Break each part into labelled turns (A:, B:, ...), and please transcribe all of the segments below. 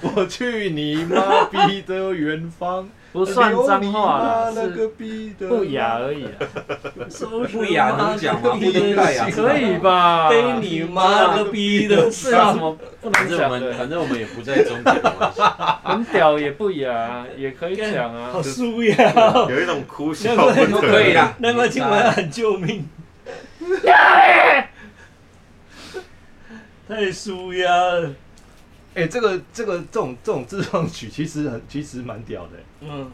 A: 我去你妈逼的远方！
B: 不算脏话
A: 啦，
B: 啦，
A: 那个
B: 是
A: 逼的
B: 不雅而已啊啦，
C: 不雅能讲吗？不能带呀，
B: 可以 吧？
C: 背你妈个逼的！啊
B: 是有什么不
C: 反
B: 能
C: 正我
B: 讲
C: 们
B: 的？
C: 反正我们也不在中间 嘛，
B: 很屌也不雅啊，也可以讲啊
D: 好。舒呀、哦，
E: 有一种哭笑
D: 那
E: 不
D: 个
C: 都可以啦。
D: 那么今
C: 啊
D: 晚喊救命，太舒压了。
A: 哎、这个这个这种这种自创曲其实很其实蛮屌的、欸
D: 嗯，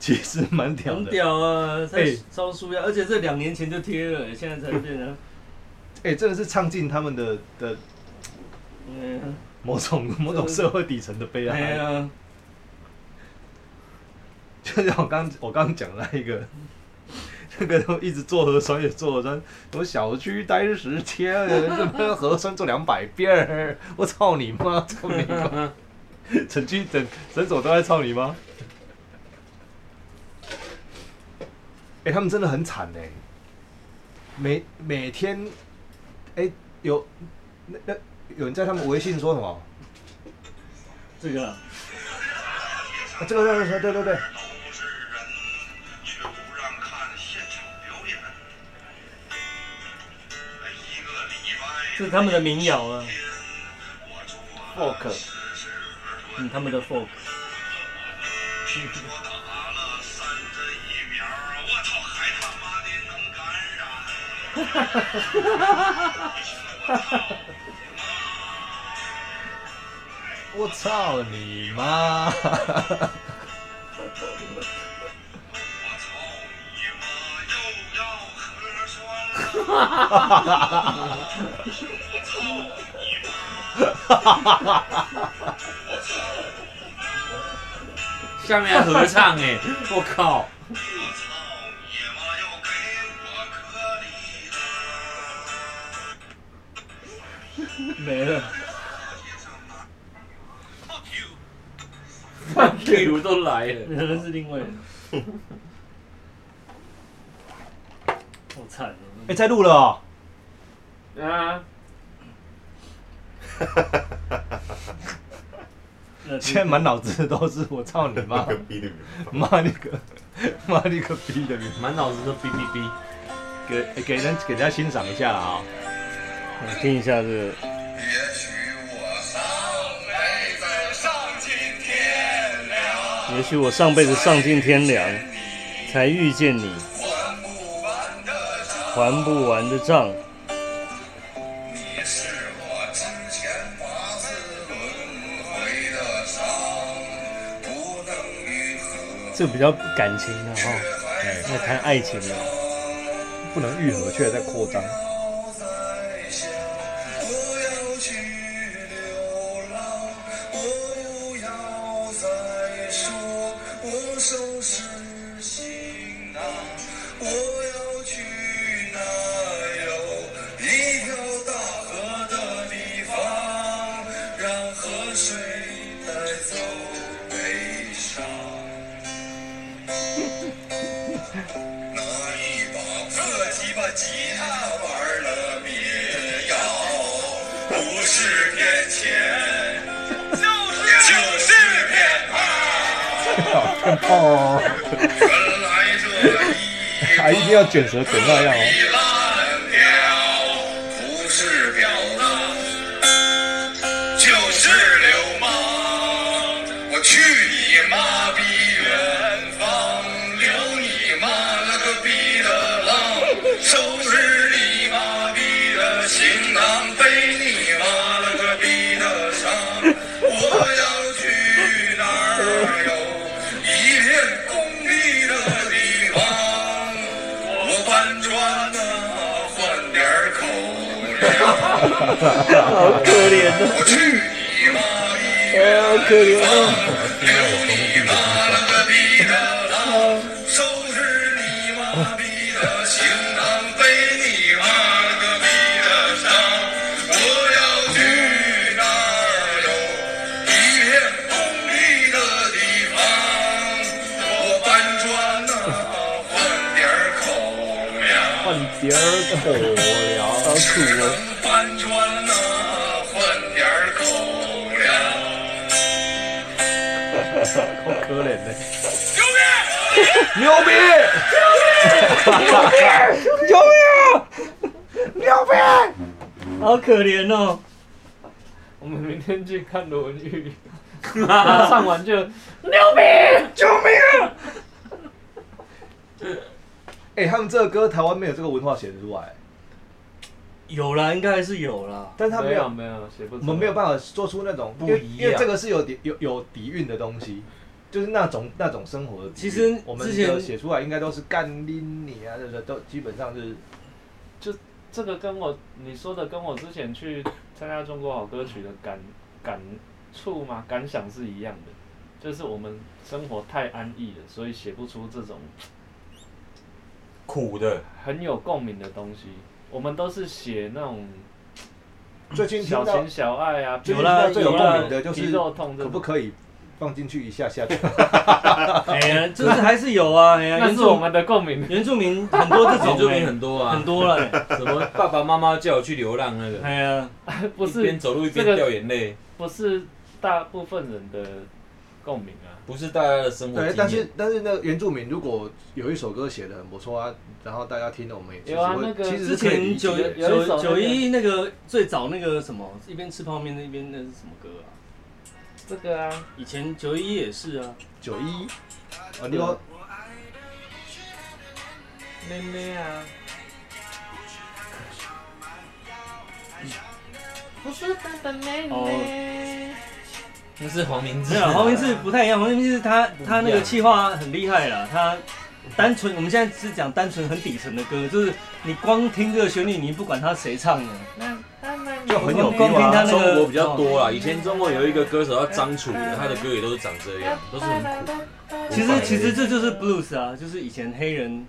A: 其实蛮屌
D: 很
A: 的。
D: 屌啊，太
A: 哎
D: 超舒压，而且这两年前就贴了，现在才变成，
A: 哎、真的是唱尽他们的的
D: 嗯，
A: 某种某种社会底层的悲
D: 哎
A: 哀。
D: 呀，
A: 就像我刚我刚讲的那一个，那个都一直做核酸也做核酸，我小区待十天，这边核酸做两百遍儿，我操你妈，操你妈！整区整整所都在操你妈。哎、他们真的很惨哎、每每天，哎、有那那有人在他们微信说什么？
D: 这个啊
A: 啊、这个对对对对对对。
F: 不是人，却不让看现场表演。一个礼拜
D: 这是他们的民谣啊，
F: 我做
B: Fuck，
F: 事
D: 嗯，他们的 folk，
F: 听说打了三针疫苗，我操，还他妈的能感染！
A: 我操你妈！
F: 我操你妈，又要核酸了！我操你妈！
C: 下面还合唱哎，我靠！
F: 我操你妈，又给我隔离了！
D: 没了，
F: Fuck you！
C: 例如都来
D: 可
C: 了，
D: 能是另外一个，好惨
A: 哎、
D: 哦，
A: 在录了、哦。
B: 啊，
D: 那
A: 现在满脑子都是我操你妈
E: 那，个逼的远方
A: 妈你个，妈你个逼的，
C: 满脑子都哔哔哔。
A: 给给人给大家欣赏一下啦啊、
D: 我听一下这个，
F: 也许我上辈子上青天了，
D: 也许我上辈子丧尽天良，才遇见你，
F: 还不完的
D: 还不完的
F: 账。
D: 账。
F: 你是我之前八次轮回的伤，不能愈合，
D: 这比较感情的哈，在谈爱情的。
A: 不能愈合，却在扩张。
F: 不再想，不要去流浪，我不要再说我收拾行囊，我要去那有一条大河的地方，让河水带走悲伤。拿一把破鸡巴吉他玩了民谣，不是骗钱，就是就是骗炮。
A: 哦，
F: 原来这
A: 还
F: 一
A: 一定要卷舌卷那样哦。
F: 地烂票不是表达，就是流氓。我去你妈逼远方，留你妈了个逼的浪，收拾你妈逼的行囊，背你妈了个逼的伤。我要去哪儿有一片空地的地方，我搬砖呐、换点儿口粮。
D: 好可怜啊，
F: 我去你妈逼！
D: 好可怜啊！
F: 留你妈了个逼的浪，收拾你妈逼的行囊，背你妈了个逼的伤。我要去那儿有一片空地的地方，我搬砖呐、换点儿口粮。
B: 换点儿口
D: 好
B: 粮，
D: 苦
F: 只能
D: 哦，
F: 搬砖呐、换点儿口粮。
A: 牛逼！啊
D: 救命！牛逼！好可怜哦。
B: 我们明天去看罗文玉，唱完就牛逼，
D: 救命啊！
A: 哎、他们这个歌台湾没有这个文化写得出来，
D: 有啦，应该还是有啦。
A: 但是他没有，
B: 没有写不出
A: 我
B: 来，
A: 们没有办法做出那种
B: 不
A: 因为
B: 一样
A: 因为这个是有底有有底蕴的东西，就是那种那种生活的底蕴。
D: 其实
A: 我们
D: 之前
A: 的写出来应该都是干拎你啊，这个都基本上是
B: 这个跟我你说的跟我之前去参加中国好歌曲的感感触嘛感想是一样的，就是我们生活太安逸了，所以写不出这种
C: 苦的，
B: 很有共鸣的东西。我们都是写那种
A: 最近
B: 小
A: 听到
B: 情小爱啊，
A: 最
D: 有
A: 近听
D: 啦
A: 到最有
D: 有
A: 共
D: 啦
A: 鸣的就
B: 皮
A: 是
B: 肉痛这
A: 可
B: 种
A: 不可以放进去一下下？
D: 哎呀， 就是还是有啊。哎呀，
B: 那
D: 原
B: 是我
D: 住
B: 们的共鸣。
D: 原住民很多这
C: 原
D: 种
C: 住民
D: 哎
C: 很多啊
D: 很，多 了。
C: 什么爸爸妈妈叫我去流浪那个，
D: 哎呀，
B: 不
C: 一边
B: 是
C: 走路一边
B: 这个
C: 掉眼泪，
B: 不是大部分人的共鸣啊，
C: 不是大家的生活
A: 对，但
C: 经验
A: 是。但是那个原住民如果有一首歌写的很不错啊，然后大家听了我们也其实
B: 有啊
A: 会
B: 那个
A: 其实
D: 之
A: 是可以理
D: 前
A: 解
D: 九
A: 的
B: 有有一首那
D: 九
B: 个
D: 九一那个最早那个什么，一边吃泡面那一边那是什么歌啊？
B: 这个啊，
D: 以前九一也是啊，
A: 九一啊，你说
B: 妹妹啊，不是真的妹
D: 哦
B: 妹。
C: 那哦是黄明志
D: 没有，
C: 啊，
D: 黄明志不太一样。黄明志他
C: 不一样
D: 他那个气化很厉害啦，他单纯我们现在是讲单纯很底层的歌，就是你光听这个旋律，你不管他谁唱的，
A: 就很有
D: 光
A: 共
D: 听
A: 鸣
D: 他那个哦
C: 中国比较多啦，以前中国有一个歌手叫张楚，他的歌也都是长这
D: 哎
C: 样，都是很苦。
D: 其实其实这就是 blues 啊，就是以前黑人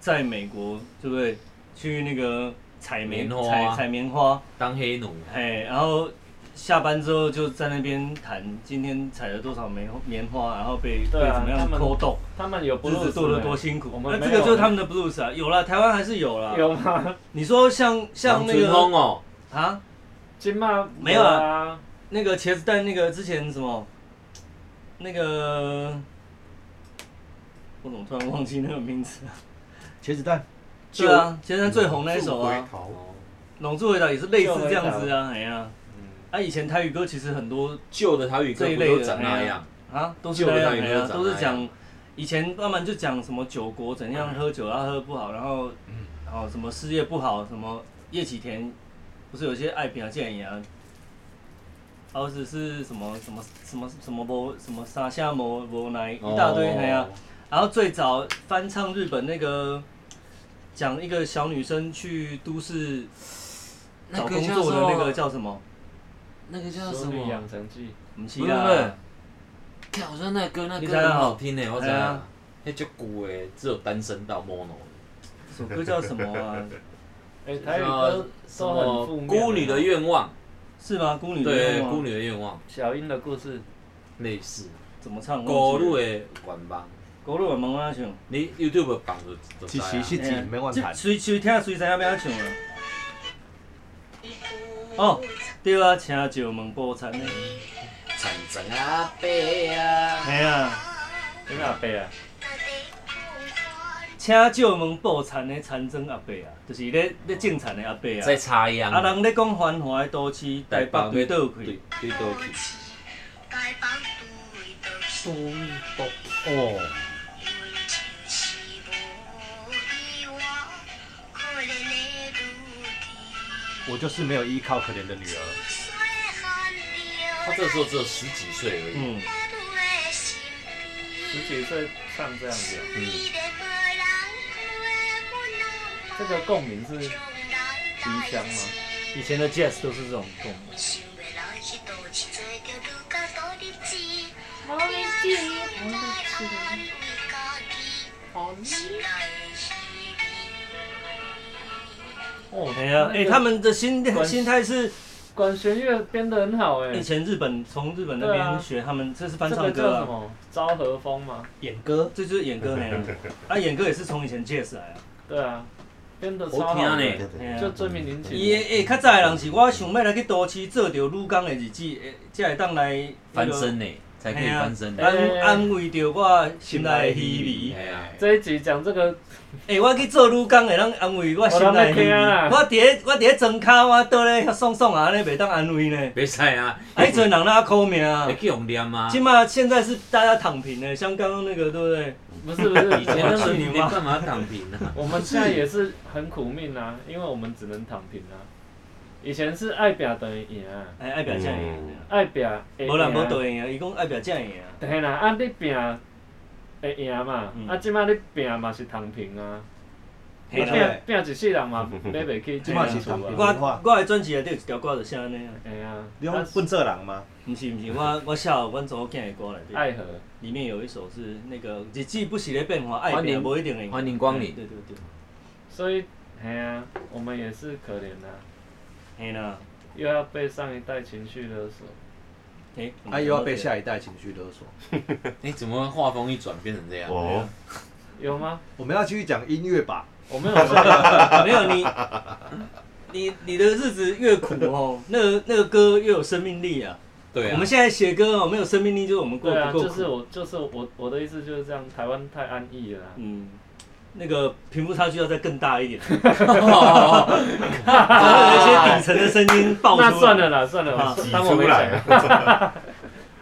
D: 在美国对不对？去那个采棉
C: 棉花
D: 采采棉花，
C: 当黑奴，
D: 哎，然后下班之后就在那边谈今天采了多少棉棉花，然后被、
B: 对啊
D: 被怎么样
B: 他们
D: 扣动，
B: 他们有不
D: 日
B: 露
D: 子过得多辛苦
B: 我。
D: 那
B: 们
D: 这
B: 没
D: 个
B: 有
D: 就是他们的 blues 啊，有啦，台湾还是有啦。
B: 有吗？
D: 你说像像
C: 像
D: 那
C: 春风
D: 个
C: 哦，
D: 啊，
B: 金马
D: 没有
B: 啊，
D: 那个茄子蛋那个之前什么，那个我怎么突然忘记那个名字啊？
A: 茄子蛋，
D: 对啊，茄子蛋最红那一首
A: 嗯
D: 啊，
C: 哦
D: 《龙珠回答》也是类似这样子啊，哎呀、啊，以前台语歌其实很多
C: 旧的台语歌
D: 这一
C: 不
D: 类的
C: 都长那样？
D: 啊，都是
C: 旧
D: 那
C: 的
D: 样
C: 台语
D: 的呀
C: 歌，
D: 都
C: 长
D: 是
C: 那
D: 讲
C: 样
D: 以前慢慢就讲什么酒国怎样喝酒啊，喝不好，然后哦什么事业不好，什么叶启田不是有些爱表现也，啊，或者是什么什么什么什么某什么沙夏某某奶一大堆哎呀、
C: 哦
D: 然后最早翻唱日本那个讲一个小女生去都市找工作的那个叫什么？
C: 那个叫什
B: 淑女
C: 么
B: 养？成记，
D: 我们
C: 不
D: 期
C: 是
D: 待
C: 不是，看我说那歌那
D: 你
C: 歌
D: 知道
C: 很好听呢，我知
D: 哎
C: 道
D: 呀。
C: 那叫古诶，只有单声道 mono。
D: 首歌叫什么啊？
B: 哎，台语歌
C: 什
B: 都很负
C: 么
B: 面。啊
C: 孤女的愿望？
D: 是吗？孤女的
C: 对，
D: 愿望
C: 孤女的愿望
B: 小樱的故事，
C: 类似。
D: 怎么唱？
C: 孤女的愿望，
D: 高路的蒙阿唱，
C: 你 YouTube 榜就就
A: 其
C: 知道
A: 实是
C: 啊。
A: 自己没办法
D: 这。随随听随知影要安唱啊。哦，对啊，请石门补餐的，
C: 长长啊伯啊，
D: 嘿啊，
B: 有没有背啊？
D: 请石门补餐的餐庄阿伯啊，就是咧咧种田的阿伯
C: 在
D: 啊。
C: 插秧。
D: 啊，人咧讲繁华的都市，台北对倒
C: 对
D: 去，
C: 对倒去。
A: 哦，我就是没有依靠可怜的女儿。
C: 他这时候只有十几岁而已。
D: 嗯，
B: 十几岁唱这样子啊，这个共鸣是离乡吗？
D: 以前的 jazz 都是这种共鸣。
B: 哦，
D: 哎呀，哎，他们的心
B: 关
D: 心态是
B: 管弦乐编得很好哎
D: 以。前日本从日本那
B: 对啊
D: 边学，他们这是翻
B: 这个
D: 唱
B: 叫
D: 歌
B: 什
D: 啊，
B: 么？昭和风吗？
A: 演歌，
D: 这就是演歌嘿啊，啊演歌也是从以前 jazz 来啊。
B: 对啊，编得超好
C: 好听
B: 的，
C: 呢，
D: 嘿啊
B: 就追名林
D: 伊
B: 檎。
D: 诶诶，较早的人是我想要来去都市做着女工的日子，诶才会当来
C: 翻身呢，
E: 才可以翻身。
B: 哎
D: 啊安安慰着我心内的虚
E: 哎
D: 微。
E: 呀，
B: 这一集讲这个，
D: 诶，我去做女工会当安慰我心内的虚
B: 我人要听
D: 微。
B: 啊
D: 我伫咧我伫咧床骹，我倒咧遐爽爽啊，安尼袂当安慰呢。
E: 别晒啊，
D: 啊，迄阵人哪苦命啊
E: 会？去用念吗？
D: 起码现在是大家躺平的，像刚刚那个对不对？
B: 不是不是，
E: 以前那
D: 我
C: 哎
E: 么
D: 去你
E: 你
D: 妈
E: 干嘛躺平
C: 啊
E: 呢？
B: 我们现在也是很苦命啊，因为我们只能躺平啊。以前是爱表等于赢啊，
D: 哎，爱表这样赢，
B: 爱表会
D: 无人无
B: 赢啊
D: 倒赢，伊讲爱表这样赢。
B: 嘿啦，啊你拼会赢嘛，
D: 嗯
B: 啊即摆你拼嘛是躺平啊，啊
D: 嘿
B: 拼
D: 啦，
A: 对
B: 拼一世人嘛买袂起
A: 即摆是
B: 厝
A: 躺平
B: 啊，
D: 我我的专辑内底有一条歌就写安尼啊，
B: 嘿啊，
A: 你用
B: 啊
A: 笨色狼吗？
D: 毋是毋是，我我写阮查某囝的歌内底。
B: 爱河，
D: 里面有一首是那个日子不时的变化，爱
E: 欢迎
D: 变不一定的。
E: 欢迎光临
D: 对对对，
B: 所以嘿啊，我们也是可怜啊，
D: 嘿啦，
B: 又要被上一代情绪勒索，
D: 哎，
A: 啊，又要被下一代情绪勒索。
E: 你怎么画风一转变成这样？
G: 哦，
B: 有吗？
A: 我们要继续讲音乐吧。
B: 我没有说，
D: 没有你，你你的日子越苦哦，那个那个歌越有生命力啊。
E: 对啊，
D: 我们现在写歌哦，没有生命力就是我们过
B: 对
D: 得
B: 啊，
D: 不够
B: 就是
D: 苦。
B: 我就是我我的意思就是这样，台湾太安逸了啦，
D: 嗯，那个贫富差距要再更大一点，
E: 哦
D: 才会有一些底层的声音爆出来。
B: 那算了，啦算了啦
G: 挤，
B: 当我
G: 出
B: 没
G: 来
B: 讲，
G: 啊，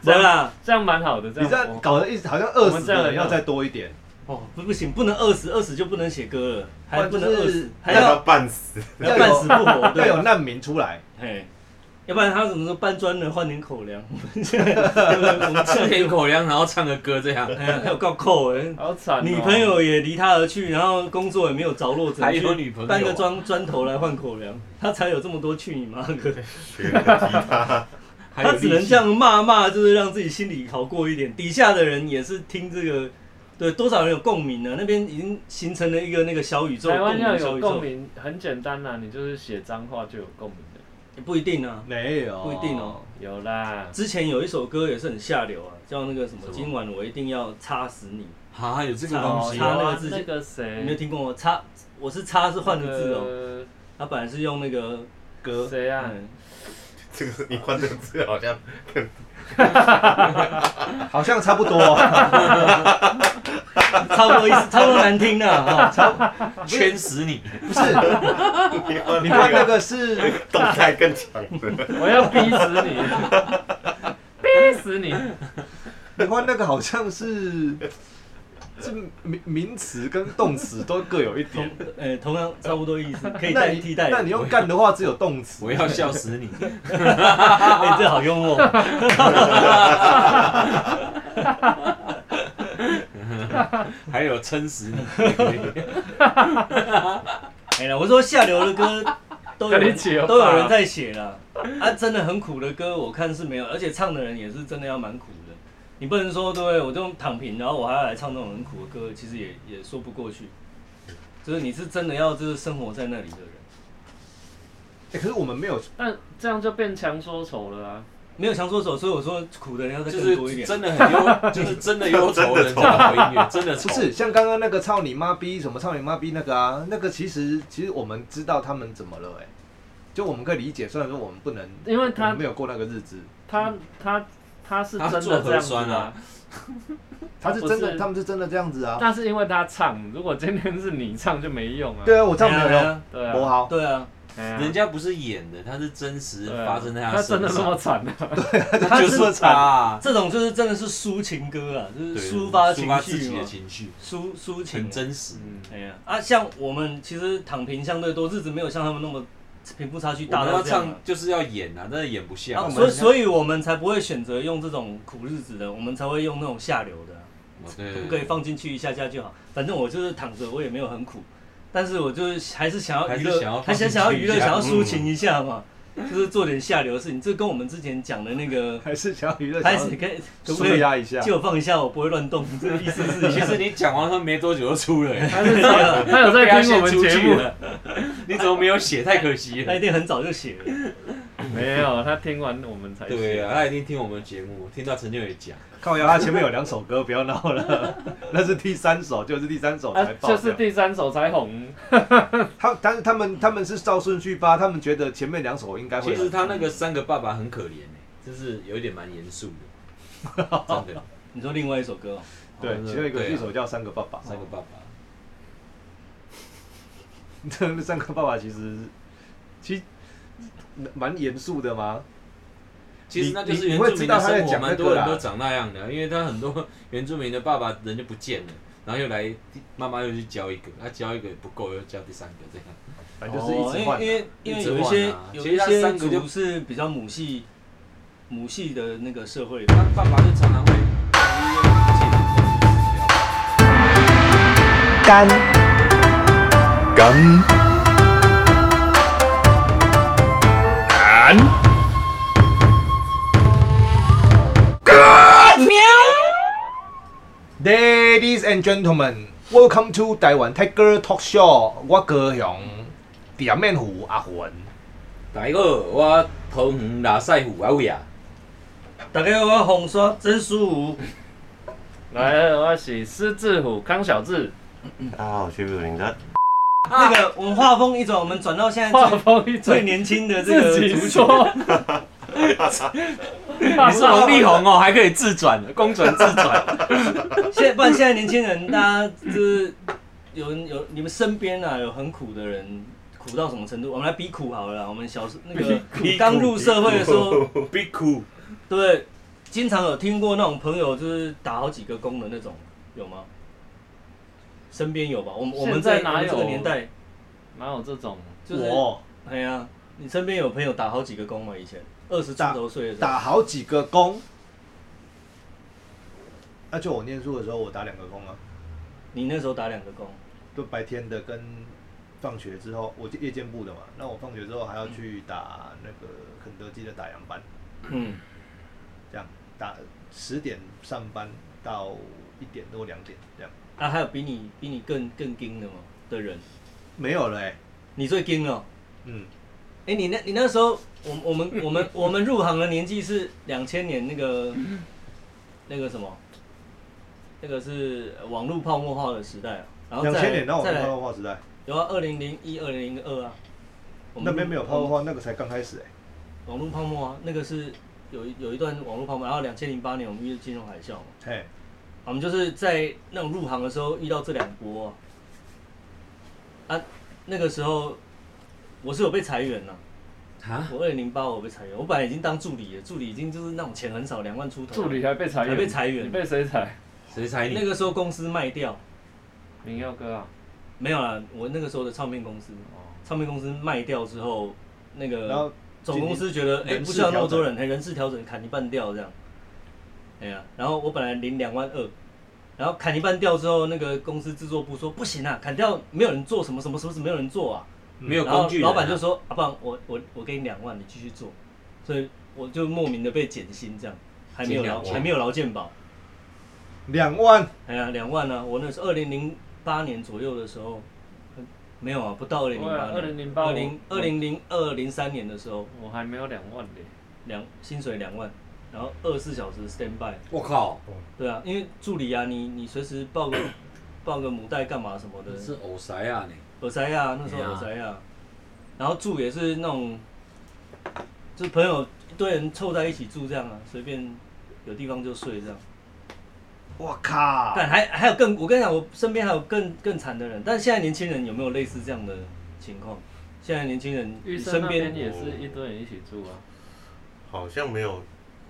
D: 对啦。
B: 这样蛮好的，这
A: 你这
B: 样
A: 样
B: 我
A: 搞得一直好像饿死的人要再多一点，
D: 哦，不不行，不能饿死，饿死就不能写歌了，还不能
A: 不然
D: 饿
A: 就是
D: 死，还
G: 要
D: 要
G: 到半死。
D: 要半死不活，
A: 要
D: 对。
A: 有难民出来。
D: 嘿，要不然他怎么说搬砖呢？换点口粮，我们现在我们
E: 吃
D: 现在
E: 点口粮，然后唱个歌这样。
D: 哎呀，还有够扣哎。
B: 好惨哦，
D: 女朋友也离他而去，然后工作也没有着落
E: 还
D: 者
E: 有
D: 去，
E: 女朋友
D: 搬个砖砖头来换口粮，他才有这么多去你妈个！
G: 学吉他，
E: 还有
D: 他
E: 力气
D: 只能这样骂骂，就是让自己心里好过一点。底下的人也是听这个，对多少人有共鸣啊呢？那边已经形成了一个那个小宇宙，
B: 台
D: 共
B: 湾
D: 鸣
B: 要
D: 小
B: 有
D: 宇
B: 共
D: 宙
B: 鸣很简单啦，你就是写脏话就有共鸣的。
D: 也不一定啊，
A: 没有，
D: 不一定哦。。
B: 有啦，
D: 之前有一首歌也是很下流啊，叫那个什么
E: 什么
D: “今晚我一定要插死你”。
E: 啊，有这个东西
D: 差
E: 哦，
D: 差那
B: 那
D: 个
B: 个
D: 字
B: 那个
D: 你没有
B: 谁，
D: 听过吗？插，我是插是换个字哦、
B: 哦，
D: 他本来是用那个
B: 哥谁啊？
D: 嗯
G: 这个是你换这个字好像
A: 好像差不 多，
D: 哎差不多意思，差不多难听的啊哈。
E: 圈死你！
A: 不是？
G: 你换
A: 你看那
G: 那个
A: 个是
G: 动态更强的，
B: 我要逼死你，
D: 哦
B: 逼死你！
A: 你换那个好像是，这名名词跟动词都各有一
D: 同
A: 点。
D: 呃同样差不多意思，可以
A: 那
D: 代
A: 你
D: 替代。
A: 那你用干的话只有动词
E: 我。要笑死 你！
D: 哎，这好幽默。
E: 还有撑死你！
D: 哎呀，我说下流 的歌都有
B: 跟你
D: 人
B: 起有吧
D: 都有人在写了，啊，真的很苦的歌，我看是没有，而且唱的人也是真的要蛮苦的。你不能说对不对，我就躺平，然后我还要来唱那种很苦的歌，其实也也说不过去。就是你是真的要就是生活在那里的人，
A: 欸可是我们没有，
B: 但这样就变强说丑了啊！
D: 没有强说手，所以我说苦的人要再
E: 就
D: 更多一
E: 是
D: 点。
E: 真的很 忧，就是真的忧愁的人在搞音乐，真的愁
A: 不。是像刚刚那个操你妈逼什么操你妈逼那个啊，那个其实其实我们知道他们怎么了哎、就我们可以理解，虽然说我们不能，
B: 因为
A: 我们
B: 他
A: 没有过那个日子，
B: 他他他是真
E: 他做
B: 的这
E: 核
B: 样子
E: 酸
B: 啊
E: 啊，
A: 他是真
B: 不
A: 的，
B: 是
A: 他们是真的这样子啊。
B: 那是因为他唱，如果今天是你唱就没用啊。
A: 对啊，我唱没有
D: 哎
A: 用，
D: 呀
B: 对
A: 不
B: 啊，
A: 好，
D: 对啊，
B: 哎呀
E: 人家不是演的，他是真实
B: 对啊
E: 发生在
B: 他真
E: 身
B: 的那么
E: 上，
B: 惨 啊！
E: 他就是他啊，
D: 这种就是真的是抒情歌啊，就是
E: 对
D: 抒发情
E: 抒发自
D: 绪
E: 己
D: 嘛
E: 的，情绪，
D: 抒抒情啊
E: 很。真实。
B: 嗯，
D: 哎呀，啊，像我们其实躺平相对多，日子没有像他们那么贫富差距
E: 我
D: 大
E: 们
D: 到
E: 要
D: 这样啊
E: 唱就是要演啊，但是演不像。
D: 啊，
E: 我
D: 所
E: 们
D: 以所以我们才不会选择用这种苦日子的，我们才会用那种下流的啊、
E: 哦对
D: 可
E: 对
D: 不可以
E: 对，
D: 放进去一下下就好？反正我就是躺着，我也没有很苦，但是我就是还是想要娱
E: 还是想
D: 乐，
E: 要放
D: 还
E: 进
D: 想
E: 去
D: 想要娱乐，
E: 一下嗯
D: 想要抒情一下嘛，就是做点下流的事情。这跟我们之前讲的那 个
A: 还是想要娱乐，
D: 开始可以可不
A: 舒
D: 可以
A: 压一下。
D: 借我放一下，我不会乱动，这个意思 是一
E: 其
D: 样
E: 实
D: 的。
E: 你讲完他没多久就出了，欸
B: 他是他有在听我们节目，
E: 你怎么没有写？太可惜
D: 他
E: 了
D: 一。定很早就写了，
B: 没有，他听完我们才
E: 对
B: 写
E: 啊，他一定听我们节目，听到陈俊也讲，
A: 靠腰，他前面有两首歌，不要闹了， 那是第三首，就是第三首
B: 啊
A: 才，爆掉。
B: 就是第三首才红，
D: 嗯
A: 他，但是他们他们是照顺序发，他们觉得前面两首应该会
E: 其
A: 来。
E: 实他那个三个爸爸很可怜欸就是有一点蛮严肃的。
C: 真的
D: 你说另外一首歌、哦，
A: 对，其中一个
C: 对啊
A: 一首叫《三个爸爸》，
C: 三个爸爸，
A: 这三个爸爸其实其实蛮严肃的嘛。
C: 其实那就是
A: 你你
C: 原
A: 你会
C: 住
A: 知
C: 民
A: 道
C: 的
A: 他在
C: 生活，
A: 讲那
C: 蛮
A: 个
C: 多
A: 啦
C: 人都长那样的，因为他很多 原住民的爸爸人就不见了，然后又来妈妈又去教一个，他教一个不够又教第三个这样。
A: 反正就是一直
D: 哦
A: 换
D: 因为因
A: 的。
D: 为因为
C: 一直
D: 有一
C: 换
D: 些
C: 啊
D: 有
C: 其实
D: 一
C: 他
D: 些
C: 三个就
D: 族是比较母系母系的那个社会，
C: 他爸爸就常常会
H: 干干干
A: ，Ladies and gentlemen, welcome to 台湾 Tiger Talk Show。我高雄点面虎阿魂，
C: 大家好，我桃园拉塞虎阿伟啊，
D: 大概我红说真舒服，
B: 来，我是狮子虎康小 智，
G: 大家好，我是陆林的。
D: 那个我们画风一转，我们转到现在
B: 画
D: 最
B: 风一
D: 最
B: 转，
D: 年轻的这
B: 自
D: 个
B: 己
D: 族群，
B: 说，你
C: 你是王力宏哦， 还可以自转，公转自转。
D: 现在不然现在年轻人大家就是有人有你们身边啊有很苦的人。苦到什么程度？我们来比苦好了啦。我们小时那 个刚入社会的时候，
C: Be cool，
D: 对，经常有听过那种朋友就是打好几个工的那种，有吗？身边有吧？我们我们
B: 现在
D: 在
B: 哪
D: 我们这个
B: 有
D: 年代，
B: 哪有这种？
D: 就是
A: 我
D: 哎呀，你身边有朋友打好几个工吗？以前二十出头岁的时候，
A: 打好几个工。那、就我念书的时候，我打两个工啊，
D: 你那时候打两个工，
A: 就白天的跟放学之后，我夜间部的嘛。那我放学之后还要去打那个肯德基的打烊班。
D: 嗯，
A: 这样打十点上班到一点多两点这样，
D: 啊，还有比你比你更更精的吗？的人，
A: 没有了哎、欸，
D: 你最精了哦。
A: 嗯，
D: 哎、你那你那时候，我 我们我们我们入行的年纪是两千年那个那个什么，那个是网络泡沫化的时代啊。然后再
A: 两千年那我
D: 再
A: 们
D: 来
A: 泡沫化时代，
D: 有啊，二零零一、二零零二啊，我
A: 那边没有泡沫
D: 我们
A: 化，那个才刚开始哎、
D: 网络泡沫啊，那个是有一有一段网络泡沫，然后两千零八年我们遇到金融海啸嘛，
A: 欸，
D: 我们就是在那种入行的时候遇到这两波啊，啊那个时候我是有被裁员了、
C: 啊，
D: 我二零零八我有被裁员，我本来已经当助理了，助理已经就是那种钱很少，两万出头，
B: 助理还被裁员，
D: 还被裁员
B: 你被谁裁？
C: 谁猜
D: 那
C: 你？
D: 个时候公司卖掉
B: 明耀哥啊，哦
D: 没有啦，我那个时候的唱片公司，唱片公司卖掉之后，那个
A: 嘿，然后
D: 总公司觉得，哎、
A: 人事
D: 不需要那么多人，哎，人事调整砍一半掉这样。哎呀、然后我本来领两万二，然后砍一半掉之后，那个公司制作部说不行啊，砍掉没有人做什么什么什么什么没有人做啊。
C: 没有
D: 然后
C: 工具人啊，
D: 老板就说，啊，不然我我我给你两万，你继续做。所以我就莫名的被减薪这样，还没有
C: 减
D: 劳
C: 两万
D: 还没有劳健保。
A: 两万
D: 哎呀、两万呢、啊，我那是二零零八年左右的时候，呃没有啊，不到二零零八，
B: 对啊2008
D: 二零二零零二零三年的时候。
B: 我还没有两万嘞，
D: 两薪水两万，然后二十四小时 stand by。
C: 我靠，
D: 对啊，因为助理啊，你你随时报个报个母带干嘛什么的
C: 这，是偶塞啊你。
D: 耳塞啊，那时候
C: 哎呀
D: 耳塞啊，然后住也是那种，就是朋友一堆人凑在一起住这样啊，随便有地方就睡这样。
A: 我靠，
D: 但还还有更，我跟你讲，我身边还有更更惨的人，但现在年轻人有没有类似这样的情况？现在年轻人，
B: 玉
D: 你
B: 生
D: 身
B: 那边
D: 边
B: 也是一堆人一起住啊，
G: 好像没有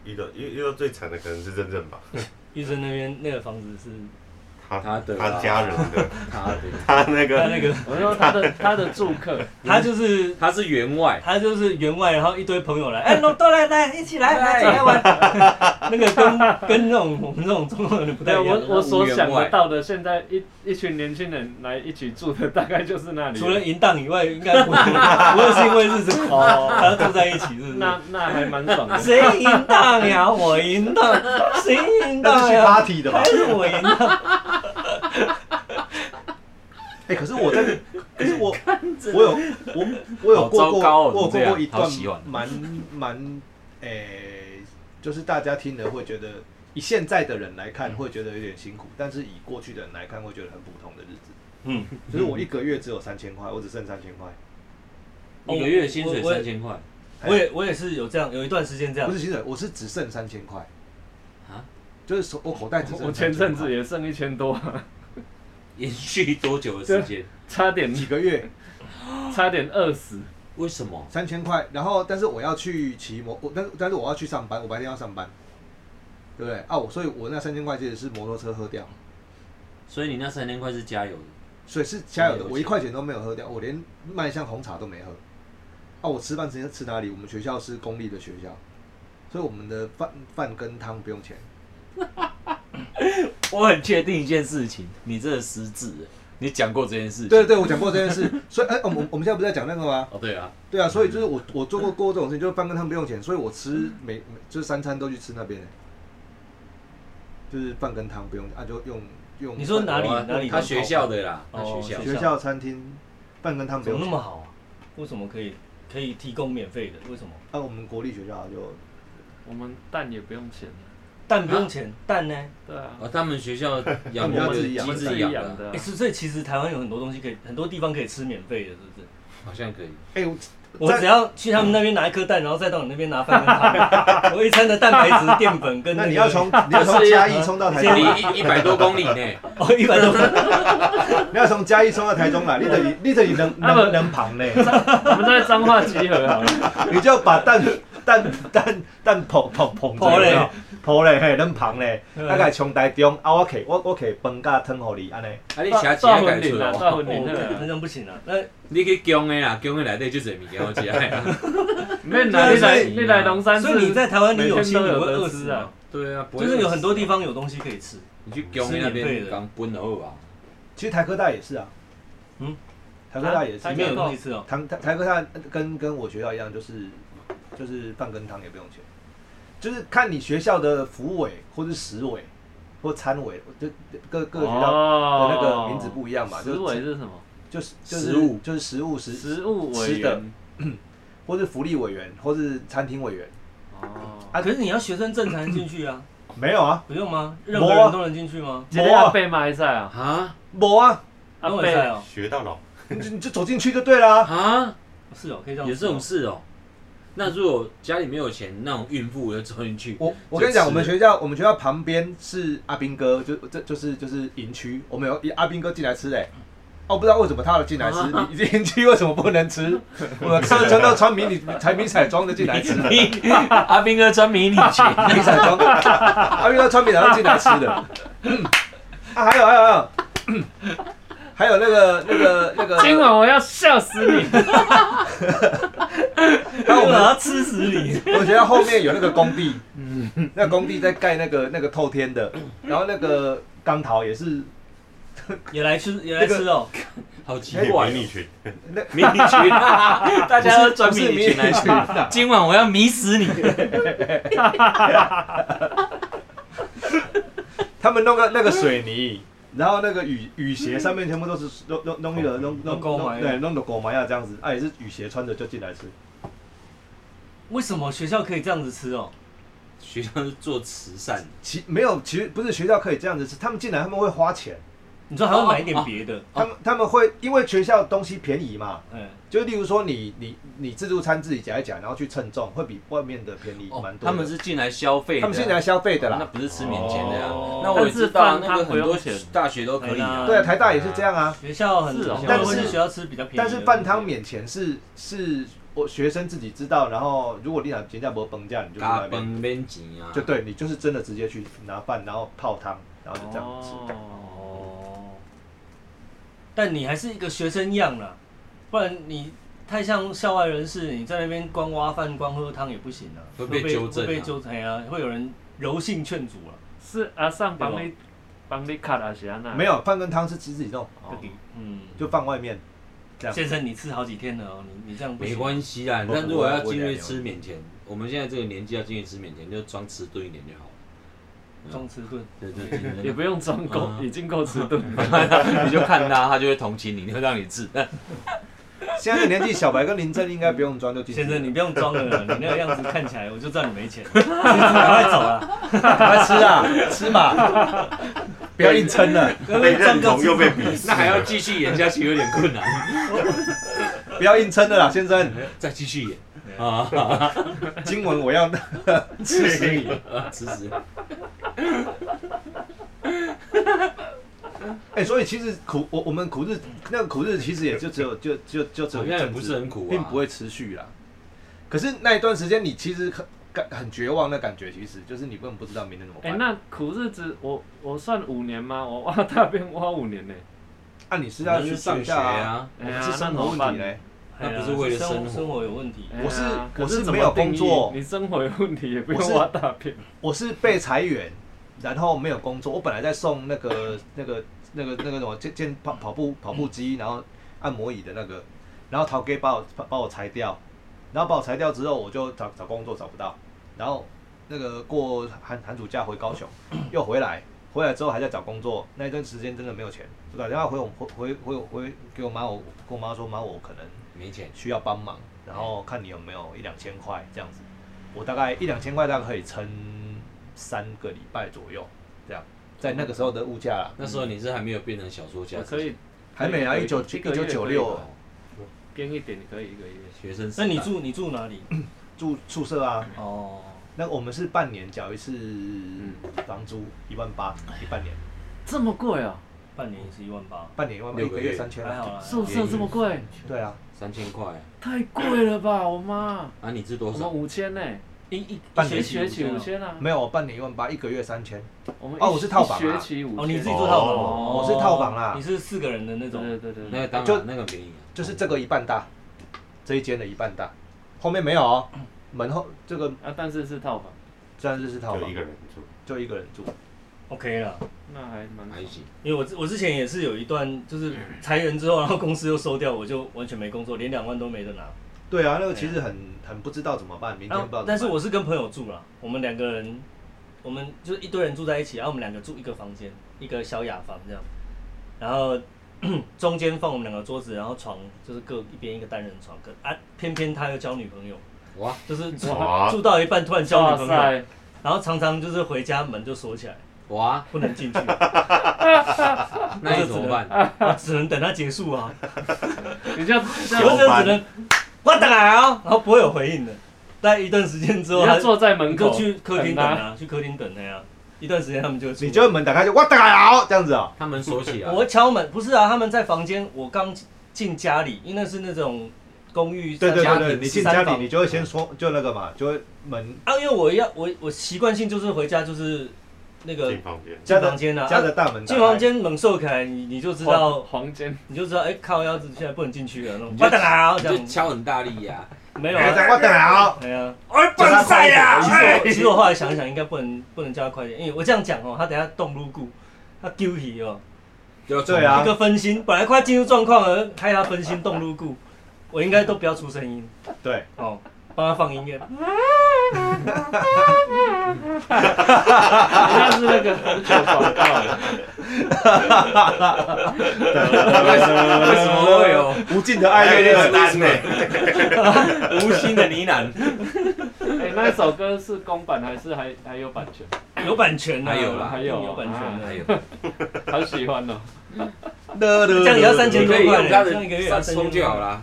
G: 遇到，遇遇到最惨的可能是真正吧，
D: 玉生那边那个房子是
G: 他
C: 他的啦
G: 他家人的，
C: 他的，
G: 他
D: 他
G: 那个
D: 那个，
B: 我说他的 他的住 客，
D: 他就是
C: 他是员外，
D: 他就是员外，然后一堆朋友来，哎，都都来来，一起来来一起来玩。 那个跟跟那种我们这种中国人不太
B: 对
D: 一样
B: 我。我所想得到的，现在一一群年轻人来一起住的大概就是那里，
D: 除了淫荡以外，应该不会不会是因为是这个哦，大家住在一起是不是？
B: 那那还蛮爽的。
D: 谁淫荡呀？我淫荡， 谁淫
A: 那
D: 荡
A: 是去
D: 呀？
A: party 的吧
D: 还？是我淫荡？
A: 哎、可是我 在，可是我我有我我有过
C: 好糟
A: 过、
C: 糕哦
A: 我有
C: 你这
A: 过
C: 样
A: 过一
C: 好
A: 段
C: 洗碗
A: 蛮蛮诶，就是大家听了会觉得，以现在的人来
C: 嗯
A: 看会觉得有点辛苦，但是以过去的人来看会觉得很普通的日子。
D: 嗯，
A: 就是我一个月只有三千块，我只剩三千块，
D: 哦
C: 一个月薪水
D: 我我
C: 三千块
D: 我也我也是有这样，有一段时间这样
A: 不是。薪水，我是只剩三千块。
C: 啊，
A: 就是手我口袋只剩
B: 我前阵子
A: 也
B: 也剩一千多，
C: 延续多久的时
D: 啊
C: 间？
B: 差点
A: 几个月
B: 差点饿死。
C: 为什么？
A: 三千块，然后但是我要去骑摩，我但是但是我要去上班，我白天要上班，对不对啊？我所以，我那三千块其实是摩托车喝掉，
C: 所以你那三千块是加油的，
A: 所以是加油
C: 加
A: 的，
C: 油
A: 我一块钱都没有喝掉，我连麦香红茶都没喝。啊，我吃饭时间吃哪里？我们学校是公立的学校，所以我们的饭饭跟汤不用钱。
C: 我很确定一件事情，你真的失智了，你讲过这件事情。
A: 对对，我讲过这件事，所以哎、我们我们现在不是在讲那个吗？
C: 哦，对啊，
A: 对啊，所以就是我我做过过这种事情，就是饭跟汤不用钱，所以我吃每每就是三餐都去吃那边、就是饭跟汤不用啊，就用用啊
D: 你说哪里
C: 有啊
D: 哪里
C: 他学校的啦，他学校
D: 哦
A: 学校餐厅饭跟汤不
D: 怎
A: 用
D: 么那
A: 钱
D: 么好啊？为什么可以可以提供免费的？为什么？
A: 啊，我们国立学校就
B: 我们蛋也不用钱了
D: 蛋不用钱，蛋呢？
B: 对啊，
C: 哦，他们学校养
A: 他们家
C: 的
A: 自己养
C: 鸡
A: 的
C: 自己养的
B: 啊
C: 啊，
D: 哎，是所以其实台湾有很多东西可以，很多地方可以吃免费的，是不是？
C: 好像可以。
A: 哎、我
D: 我
A: 在
D: 只要去他们那边拿一颗蛋，然后再到你那边拿饭跟 汤，我一餐的蛋白质、淀粉跟
A: 那
D: 个啊
A: 你要 从你要从嘉义冲到台中来，
C: 离一一百多公里呢，
D: 哦一 百多分，
A: 你要从嘉义冲到台中来，你 等于你等于
D: 啊
A: 能
B: 那么
A: 能能旁嘞，
B: 我们在彰化集合 啊好了，
A: 你就把蛋蛋蛋蛋捧捧捧
D: 捧嘞，
A: 捧嘞嘿，能旁嘞，
D: 嗯
A: 大概冲台中啊，我可以我我可以分加汤给你安尼。
C: 啊，你吃起来改出
A: 哦
C: 来，
B: 大
D: 我
B: 婚 礼
D: 反
B: 了，
D: 正不行啊。哦那
C: 你去供的啦，供的内底就这物件好吃啊。
B: 免啦，你来你来龙山
D: 所以你在台湾，你有心
B: 每
D: 你
B: 天
D: 会
B: 都有
D: 饿
B: 得
D: 死
B: 吃
D: 吗
B: 啊？
C: 对啊，不会
D: 就是有很多地方有东西可以吃，
C: 你去供的那
D: 是免费
C: 边
D: 的
C: 刚搬了吧？
A: 其实台科大也是啊，
D: 嗯，
A: 台科大也是
B: 啊，台
D: 里面有
B: 科大
D: 东西吃哦。
A: 台台台科大跟跟我学校一样，就是就是饭跟汤也不用钱，就是看你学校的辅委或是食委或餐委，就各各个学校
B: 哦
A: 的那个名字不一样嘛，
B: 食
A: 就
B: 委
A: 是
B: 是什么？
A: 就是就是
C: 食物
A: 就是食物食
B: 食物委
A: 吃的
B: 员。，
A: 或是福利委员，或是餐厅委员，
B: 哦，
D: 啊，可是你要学生证才能进去啊，
A: 没有啊，
D: 不用吗？任何人都能进去吗？
B: 今天阿贝马还在啊，
C: 啊
A: 没啊，
B: 阿
D: 都很赛
B: 贝
D: 哦，
G: 学到老，
A: 你就你就走进去就对了啊。
C: 啊，
D: 是哦，可以这样。
C: 有这种，事哦。那如果家里没有钱，那种孕妇我就走进去。
A: 我我跟你讲，
C: 就
A: 我
C: 吃
A: 们学校我们学校旁边是阿兵哥，就这就是就是营区，我们有一阿兵哥进来吃嘞、哦，不知道为什么他要进来吃，
C: 啊
A: 你你营区为什么不能吃？我他们全都穿迷你才迷彩装的进 来吃，迷
C: 阿兵哥穿迷你裙，
A: 彩装的，阿兵哥穿迷彩装进来吃的。嗯、啊，还有还有还有， 还有那个那个那
B: 今
A: 个，
B: 晚我要笑死你！
A: 然后我
D: 我
A: 们
D: 要吃死 你！
A: 我觉得后面有那个工地，那工地在盖那个那个透天的，然后那个钢陶也是
D: 也来吃，也来吃哦。
C: 好奇
G: 也
C: 怪
G: 迷
C: 哦，
G: 你裙，
C: 迷你裙， 大家都穿
A: 不
C: 迷
A: 是
C: 你裙来
A: 迷你
C: 去
A: 裙。
C: 今晚我要迷死你！
A: 他们弄个那个水泥，然后那个雨雨鞋上面全部都是弄弄弄一个弄弄
D: 狗
A: 弄
D: 埋
A: 对弄的狗埋呀这样子，啊也是雨鞋穿着就进来吃，
D: 为什么学校可以这样子吃哦？
C: 学校是做慈善的，
A: 其没有其实不是学校可以这样子吃，他们进来他们会花钱，
D: 你说还会买一点别的？
C: 哦
A: 他们他们会因为学校东西便宜嘛。
D: 嗯，
A: 就例如说你，你你自助餐自己夹一夹，然后去称重，会比外面的便宜
C: 哦
A: 蛮多的。
C: 他们是进来消费的，哦
A: 他们进来消费的
C: 那
A: 啦，
C: 不是吃免钱的呀
D: 哦。
C: 那我也知道，那个很
B: 但是饭
C: 多
B: 汤不用钱
C: 大学都可以啊。
A: 对啊，台大也是这样啊。
D: 学校很
B: 是哦，
A: 但是
D: 会去学校吃比较便宜的。
A: 但是饭汤免钱是是我学生自己知道，然后如果你想评价不崩价，你就去
C: 加
A: 外
C: 饭
A: 面，
C: 免钱啊，
A: 就对你就是真的直接去拿饭，然后泡汤，然 后就这样吃。
B: 哦，
D: 但你还是一个学生样啦，不然你太像校外人士，你在那边光挖饭、光喝汤也不行啊，
C: 会被纠正啊
D: 会被纠正啊，会有人柔性劝阻啊。
B: 是阿尚帮你帮你卡阿是安娜，
A: 没有饭跟汤是自己弄，
B: 哦
D: 嗯，
A: 就放外面。这样
D: 先生，你吃好几天了哦，你你这样不
C: 没
D: 行。
C: 关系啦。
A: 不
C: 那如果要进
A: 不会
C: 去
A: 啊
C: 吃免钱，我们现在这个年纪要进去吃免钱，就装迟钝一点就好了。
D: 装迟钝，
C: 对对对，
B: 也不用装够，
A: 啊
C: 嗯
B: 已经够迟钝了。
C: 你就看他，他就会同情你，就让你治。
A: 现在的年纪，小白跟林正应该不用装就进去
D: 先
A: 了。
D: 生，你不用装了 啦，你那个样子看起来我就知道你没钱，赶快走 了，
A: 赶快吃啊， 吃嘛，不要硬撑了，
G: 被认同又被鄙视，
C: 那还要继 续演下去有点困难，
A: 不要硬撑了啦，先生。
C: 再继续演。啊
D: 对
A: 今晚我要吃死你！
C: 吃屎！
A: 哎、所以其实苦我我们苦日那个苦日其实也就只有就就就只有
C: 好
A: 一
C: 像也
A: 阵
C: 不
A: 子
C: 是很苦啊
A: 并不会持续啦。可是那一段时间，你其实很感很绝望的感觉，其实就是你根本不知道明天怎么
B: 哎、
A: 办。
B: 那苦日子我我算五年吗？我挖大便挖五年呢、
A: 那、啊你是要
C: 那
A: 去
C: 是上学
A: 下啊？
C: 啊，
A: 我
B: 哎
A: 们
B: 呀
A: 是生活
B: 那怎么
A: 问题
B: 办
A: 嘞。
D: 哎呀
C: 那不是为了生
D: 生
C: 活
D: 活有问题，
B: 哎呀
A: 我是
B: 可
A: 我
B: 是
A: 是
B: 怎
A: 没
B: 么
A: 有
B: 定
A: 工
B: 义
A: 作
B: 你生活有问题也不
A: 我
B: 用
A: 是
B: 挖大便。
A: 我是被裁员，然后没有工作。我本来在送那个那个那个那个什么健健跑跑步跑步
B: 嗯
A: 机，然后按摩椅的那个，然后陶给把我把把我裁掉，然后把我裁掉之后，我就找找工作找不到，然后那个过寒寒暑假回 高雄，又回来，回来之后还在找工作，那一段时间真的没有钱，我打电话回我回回回回给我妈，我跟我妈说妈我可能
C: 没钱。
A: 需要帮忙，然后看你有没有一两千块这样子。我大概一两千块大概可以撑三个礼拜左右，这样在那个时候的物价啦，
C: 那时候你是还没有变成小说家，
B: 我可以
A: 还没啊，
B: 可以
A: 一九
B: 可以
A: 一
B: 一个
A: 九
B: 月
A: 九
B: 可以
A: 六
B: 吧编一点可以一个月。
C: 学生时代。
D: 那你住你住哪里？
A: 住宿舍啊，
D: 哦，
A: 那我们是半年缴一次房租一万八，一半年，
B: 这么贵啊、
D: 半年也是一万八，
A: 半年一万八，
C: 六
A: 一
C: 个
A: 个月
C: 月
A: 三千
D: 还好
A: 啊，
D: 啦。
B: 宿舍这么贵，
A: 对啊，
C: 三千块？
B: 太贵了吧，我妈，
C: 啊，你是多
B: 我们
C: 少？
B: 五千呢、
C: 一一
A: 半
B: 一
A: 年
B: 学期五
D: 五
B: 千啊，
A: 没有半年一万八，一个月三千，
B: 我们一
A: 哦我是套房啊
B: 一学期五千，
D: 哦，你自己住套房
B: 哦
D: 哦，
A: 我是套房啦
D: 你是四个人的那
B: 对对
D: 种，
B: 对对
C: 那
B: 对，
C: 个当
A: 就
C: 然那个便宜啊，
A: 就是这个一半大，这一间的一半大，后面没有哦，门后这个
B: 啊，但是是套房，
A: 虽然是套
G: 就
A: 房
G: 一，个人住，
A: 就一个人住，
D: ，OK 啦。
B: 那还蛮
C: 还行。
D: 因为我之我之前也是有一段，就是裁员之后，然后公司又收掉，我就完全没工作，连两万都没得拿。
A: 对啊，那个其实很很不知道怎么办，明天
D: 然
A: 不知道怎么办。
D: 后啊但是我是跟朋友住啦，我们两个人，我们就是一堆人住在一起，然后我们两个住一个房间，一个小雅房这样，然后 中间放我们两个桌子，然后床就是各一边一个单人床，可啊偏偏他又交女朋友，
C: 哇，
D: 就是住
G: 哇
D: 住到一半突然交
B: 哇
D: 女朋友，
B: 塞，
D: 然后常常就是回家门就锁起来，
C: 哇，
D: 不 能进去，
C: 那你怎么 办？
D: 我只能等他结束啊，
B: 你这样这
D: 我
B: 样，
D: 就只能我等来啊，然后不会有回应的，但一段时间之
B: 你
D: 后
B: 要
D: 他
B: 坐在门
D: 你就
B: 口
D: 去客厅等
B: 啊，
D: 啊，去客厅等那样、一段时间他们就会出
A: 你就门打开就哇大佬这样子啊、
C: 他们锁起来，
D: 我敲门，不是啊，他们在房间，我刚进家里，因为那是那种公寓
A: 对
D: 三
A: 对
D: 房，
A: 对对，你进家
D: 三
A: 里
D: 房
A: 你就会先说就那个嘛，就会门
D: 啊，因为我要我我习惯性就是回家就是那个
G: 进房间。
A: 家
D: 进
A: 的
D: 房间啊，
A: 家的
D: 啊
A: 大门打
D: 进
A: 开
D: 房，间猛兽起来，你你就知
B: 黄
D: 道
B: 黄 间，
D: 你就知道，哎、靠腰子现在不能进去了，那种我等啊，
C: 你
D: 这
C: 就
D: 样
C: 敲很大力呀。
D: 没有
A: 哎
D: 啊。
A: 哇大佬，
D: 哎呀，
A: 哎笨赛呀
D: 其实
G: 哎
D: 我其实我后来想一想，应该不能不能叫他快点，因为我这样讲哦，他等下动入骨，他丢皮哦，
C: 就
A: 对啊
D: 一个分心，本来快进入状况了，害他分心动入骨，我应该都不要出声音。
A: 对，
D: 哦，帮他放音乐，
B: 你像是那个很久广 告，
C: 为什么会有
A: 无尽的爱恋
G: 很哎单呢，
C: 无心的呢喃？
B: 哎，那首歌是公版还是还还有版权？
D: 有版权的、
C: 还有啦
D: 还
B: 啊
D: 有有版权啊的、
C: 还有，
B: 好喜欢哦，
D: 这样也要三千
C: 你
D: 多
C: 可以
D: 块
C: 用
D: 呢，
C: 他
D: 这样一个
C: 的
D: 月要
C: 上
D: 三千
C: 冲
D: 多
C: 就好
D: 块。
C: 啦。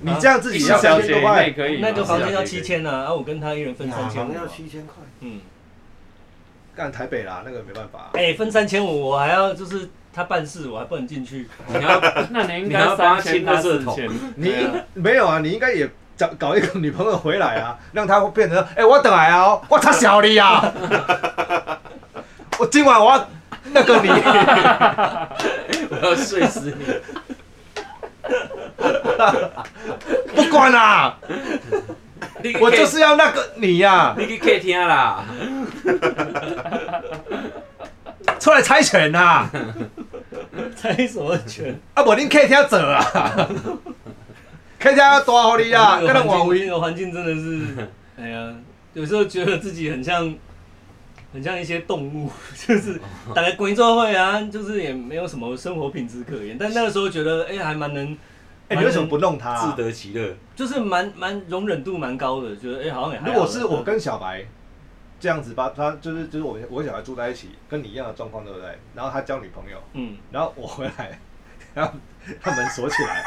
A: 你这样自己
B: 一
A: 要
B: 小
A: 三千
B: 姐
A: 多
B: 妹
A: 块，
B: 可以吗，
D: 那个房间要
C: 是啊
D: 七千啊，啊，我跟他一人分三千
G: 房
D: 五
G: 要
D: 啊。
G: 七千块，
D: 嗯，
A: 干台北啦，那个没办法、
D: 哎、分三千五，我还要就是他办事，我还不能进去。
C: 你要
B: 那你应
C: 你还
B: 该
C: 要帮
B: 三
C: 他
B: 千
C: 清
B: 他
C: 垃
B: 四
C: 圾桶
B: 千，
A: 你没有啊，你应该也。找搞一个女朋友回来啊，让她变成哎、我等来啊、哦，我操小你啊！我今晚我要那个你，
C: 我要睡死你！
A: 不管啦、
C: 你去
A: 我就是要那个你啊呀、
C: 你去客厅啦，
A: 出来猜拳呐、啊！
D: 猜什么拳？
A: 啊，无恁客厅做 啊，客厅要大互你啊，跟
D: 那个
A: 咱换
D: 环
A: 位。
D: 境，那个环境真 的是，哎呀，有时候觉得自己很像，很像一些动物， 就是
A: 哦
D: 大概工作会啊，就是也没有什么生活品质可言。但那个时候觉得，哎、还蛮能，
A: 哎、你为什么不弄他、
C: 自得其乐。
D: 就是蛮蛮容忍度蛮高的，觉得哎、好像也还好
A: 如果是我跟小白这样子吧，他就是就是我我跟小白住在一起，跟你一样的状况，对不对？然后他交女朋友，
D: 嗯，
A: 然后我回来，然后他门锁起来，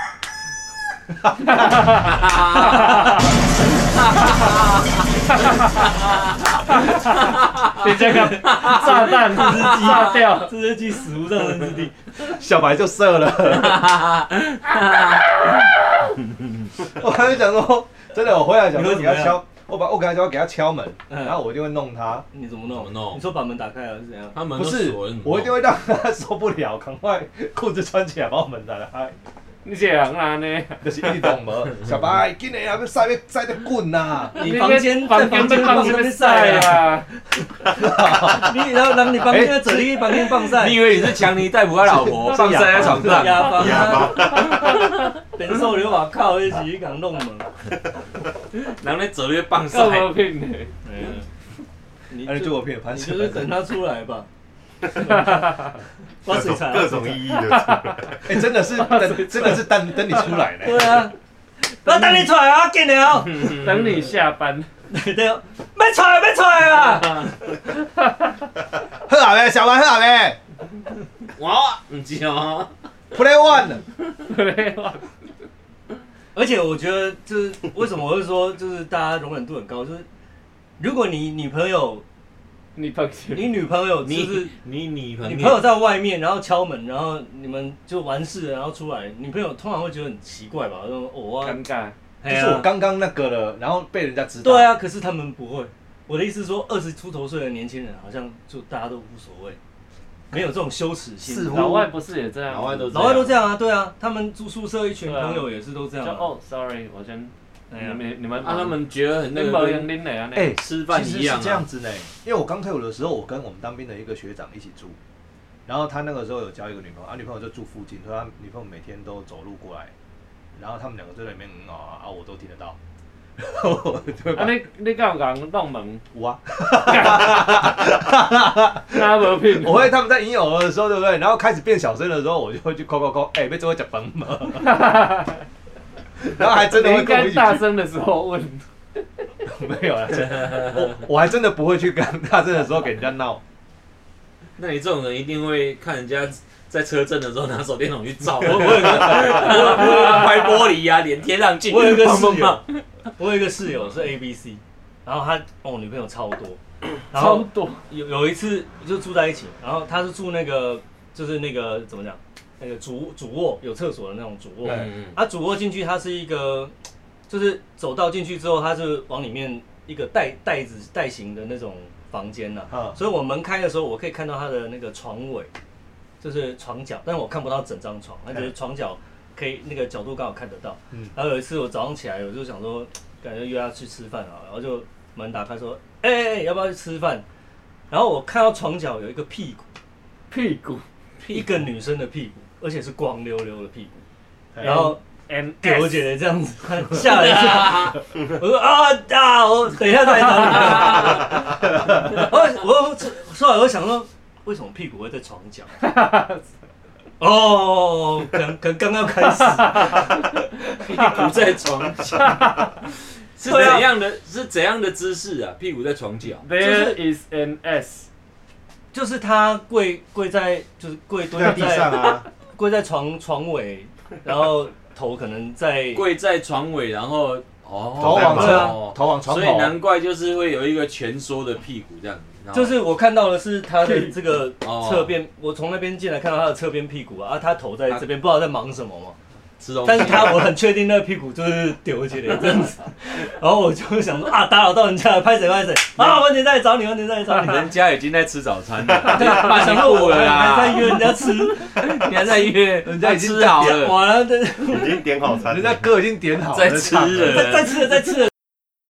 B: 你这个炸弹炸掉，
D: 啊这是句死无葬身之 地。
A: 小白就射 了。我还没想说，真的，我回来想说
D: 你会
A: 给他
D: 怎么样
A: 敲，我把我给他敲，给他敲门，
D: 嗯
A: 然后我就会弄他，
D: 你怎么弄？
C: 怎么弄
D: 你说把门打开了是怎样？
C: 他们
A: 不
C: 都
A: 是
C: 锁了你，
A: 我一定会让他受不了，赶快裤子穿起来把我门打开，
B: 你这人啊呢？
A: 就是一动门。小白，今年要晒被晒得滚 呐！
D: 你房间
B: 房
D: 在
B: 间
D: 房
B: 被
D: 间
B: 放
D: 放
B: 这
D: 这
B: 边
D: 边
B: 晒
D: 晒啊！
B: 啊！
D: 你然后让你房间整理，房间放晒
C: 你以，为你是强尼戴普他老婆放晒在床上？
D: 压房
G: 哑
D: 啊，
G: 巴，
D: 等受流瓦靠一起港弄门。
C: 然后那折略 棒
B: 够
C: 晒，
B: 没品的，
D: 你
A: 哎，就
D: 就
A: 我骗潘
D: 你
A: 石
D: 就是
A: 屹。
D: 等他出来 吧。挖
G: 各
D: 水
G: 种
D: 槽，
G: 各种意义的，
A: 哎，真的是 等，真的是等等你出来呢。
D: 对啊，我等你出来啊，见 了。
B: 等你下班。
D: 对哦，别出来，别出来啊！
A: 喝好没？小白喝好没
C: 哇，唔知哦，
A: ？Play one。
D: 而且我觉得，就是为什么我会说，就是大家容忍度很高，就是如果你女朋友、
B: 你朋
D: 你
B: 友，
D: 女朋友就
C: 你
D: 是
C: 你女朋
D: 你朋友
C: 友
D: 在外面，然后敲门，然后你们就完事了，然后出来，女朋友通常会觉得很奇怪吧？说我啊
B: 尴，尬，
D: 就
A: 就是我刚刚那个了，然后被人家知道。
D: 对，啊，可是他们不会。我的意思是说，二十出头岁的年轻人好像就大家都无所谓，没有这种羞耻心。
A: 似乎
B: 老外不是也这样吗？
C: 老外都
D: 老外都这样啊，对啊，他们住宿舍一群
B: 对啊
D: 朋友也是都这
B: 就
D: 样、啊。
B: 哦，sorry，我先，
D: 哎
B: 你
D: 呀
B: 们你们
C: 啊，他们觉得很那
B: 那个
C: 个
B: 人
C: 跟
B: 拎来啊，
A: 哎
B: 那，
C: 吃饭
A: 其
C: 一
A: 实是
C: 样
A: 这
C: 啊
A: 样。子呢，因为我刚退伍的时候，我跟我们当兵的一个学长一起住，然后他那个时候有交一个女朋友，啊，女朋友就住附近，所以他女朋友每天都走路过来，然后他们两个就在里面嗯啊啊，我都听得到， 然后我就会把
B: 啊你你敢有人弄门，
A: 我啊，
B: 那无品。
A: 我会他们在引偶的时候，对不对？然后开始变小声的时候，我就会去扣扣扣，哎，被这会讲崩吗？ 然后还真的
B: 你
A: 会
B: 应
A: 跟我一
B: 该
A: 起
B: 大
A: 去
B: 声的时候问，
A: 没有啦，真的我我还真的不会去跟他真的时候给人家闹，
C: 那你这种人一定会看人家在车震的时候拿手电筒去 照，我我有个我有个拍玻璃啊，脸贴上去，
D: 我有一个室友
C: 砰砰砰
D: 我有一个室友是 A B C，然后他哦女朋友超多，然
B: 超
D: 后
B: 多，
D: 有有一次就住在一起，然后他是住那个就是那个怎么讲，那个主主卧有厕所的那种主卧，
C: 嗯嗯
D: 啊主卧进去它是一个，就是走道进去之后它是往里面一个带带子带型的那种房间呐、
A: 嗯
D: 所以我门开的时候我可以看到他的那个床尾，就是床角，但是我看不到整张床，那就是床角可以那个角度刚好看得到。
A: 嗯
D: 然后有一次我早上起来，我就想说，感觉约他去吃饭啊，然后就门打开说，哎、哎、哎，要不要去吃饭？然后我看到床角有一个屁股，
B: 屁股
D: 一个女生的屁股，而且是光溜溜的屁股，
A: 哎
D: 然后。
B: ，and
D: 给我姐姐这样子，她吓了一 跳。我说啊啊，我等一下再找你。 我我我后来我想说，为什么屁股会在床角？哦，可能可能刚刚开 始，
C: 屁股在床下， 是
D: 对啊
C: 怎样的？是怎样的姿势啊？屁股在床角，
B: there is an s，
D: 就是她跪跪在就是跪蹲
A: 在地上
D: 在
A: 啊，
D: 跪在床床尾，然后头可能在
C: 跪在床尾，然后哦，
A: 头往
D: 对啊
A: 床，头往床
C: 所以
A: 头，
C: 难怪就是会有一个蜷缩的屁股这样子，然后
D: 就是我看到的是他的这个
C: 哦
D: 侧边，我从那边进来看到他的侧边屁股啊，啊他头在这边，不知道在忙什么嘛。
C: 吃东西，
D: 但是他我很确定那个屁股就是丢起来这样子，然后我就想说啊，打扰到人家了，拍谁拍谁啊，晚点再来找你，晚点再来找你。
C: 人家已经在吃早餐了，
D: 对啊，
C: 半
D: 想
C: 年
D: 说我
C: 过了
D: 还还在
C: 啦，
D: 约人家 吃，
C: 你还在约，人家已
D: 啊
C: 经吃好了，
D: 完了，再
G: 已经点好餐了，
A: 人家歌已经点好了，
C: 嗯在吃
A: 唱了
C: 了。
D: 再吃了，再吃了。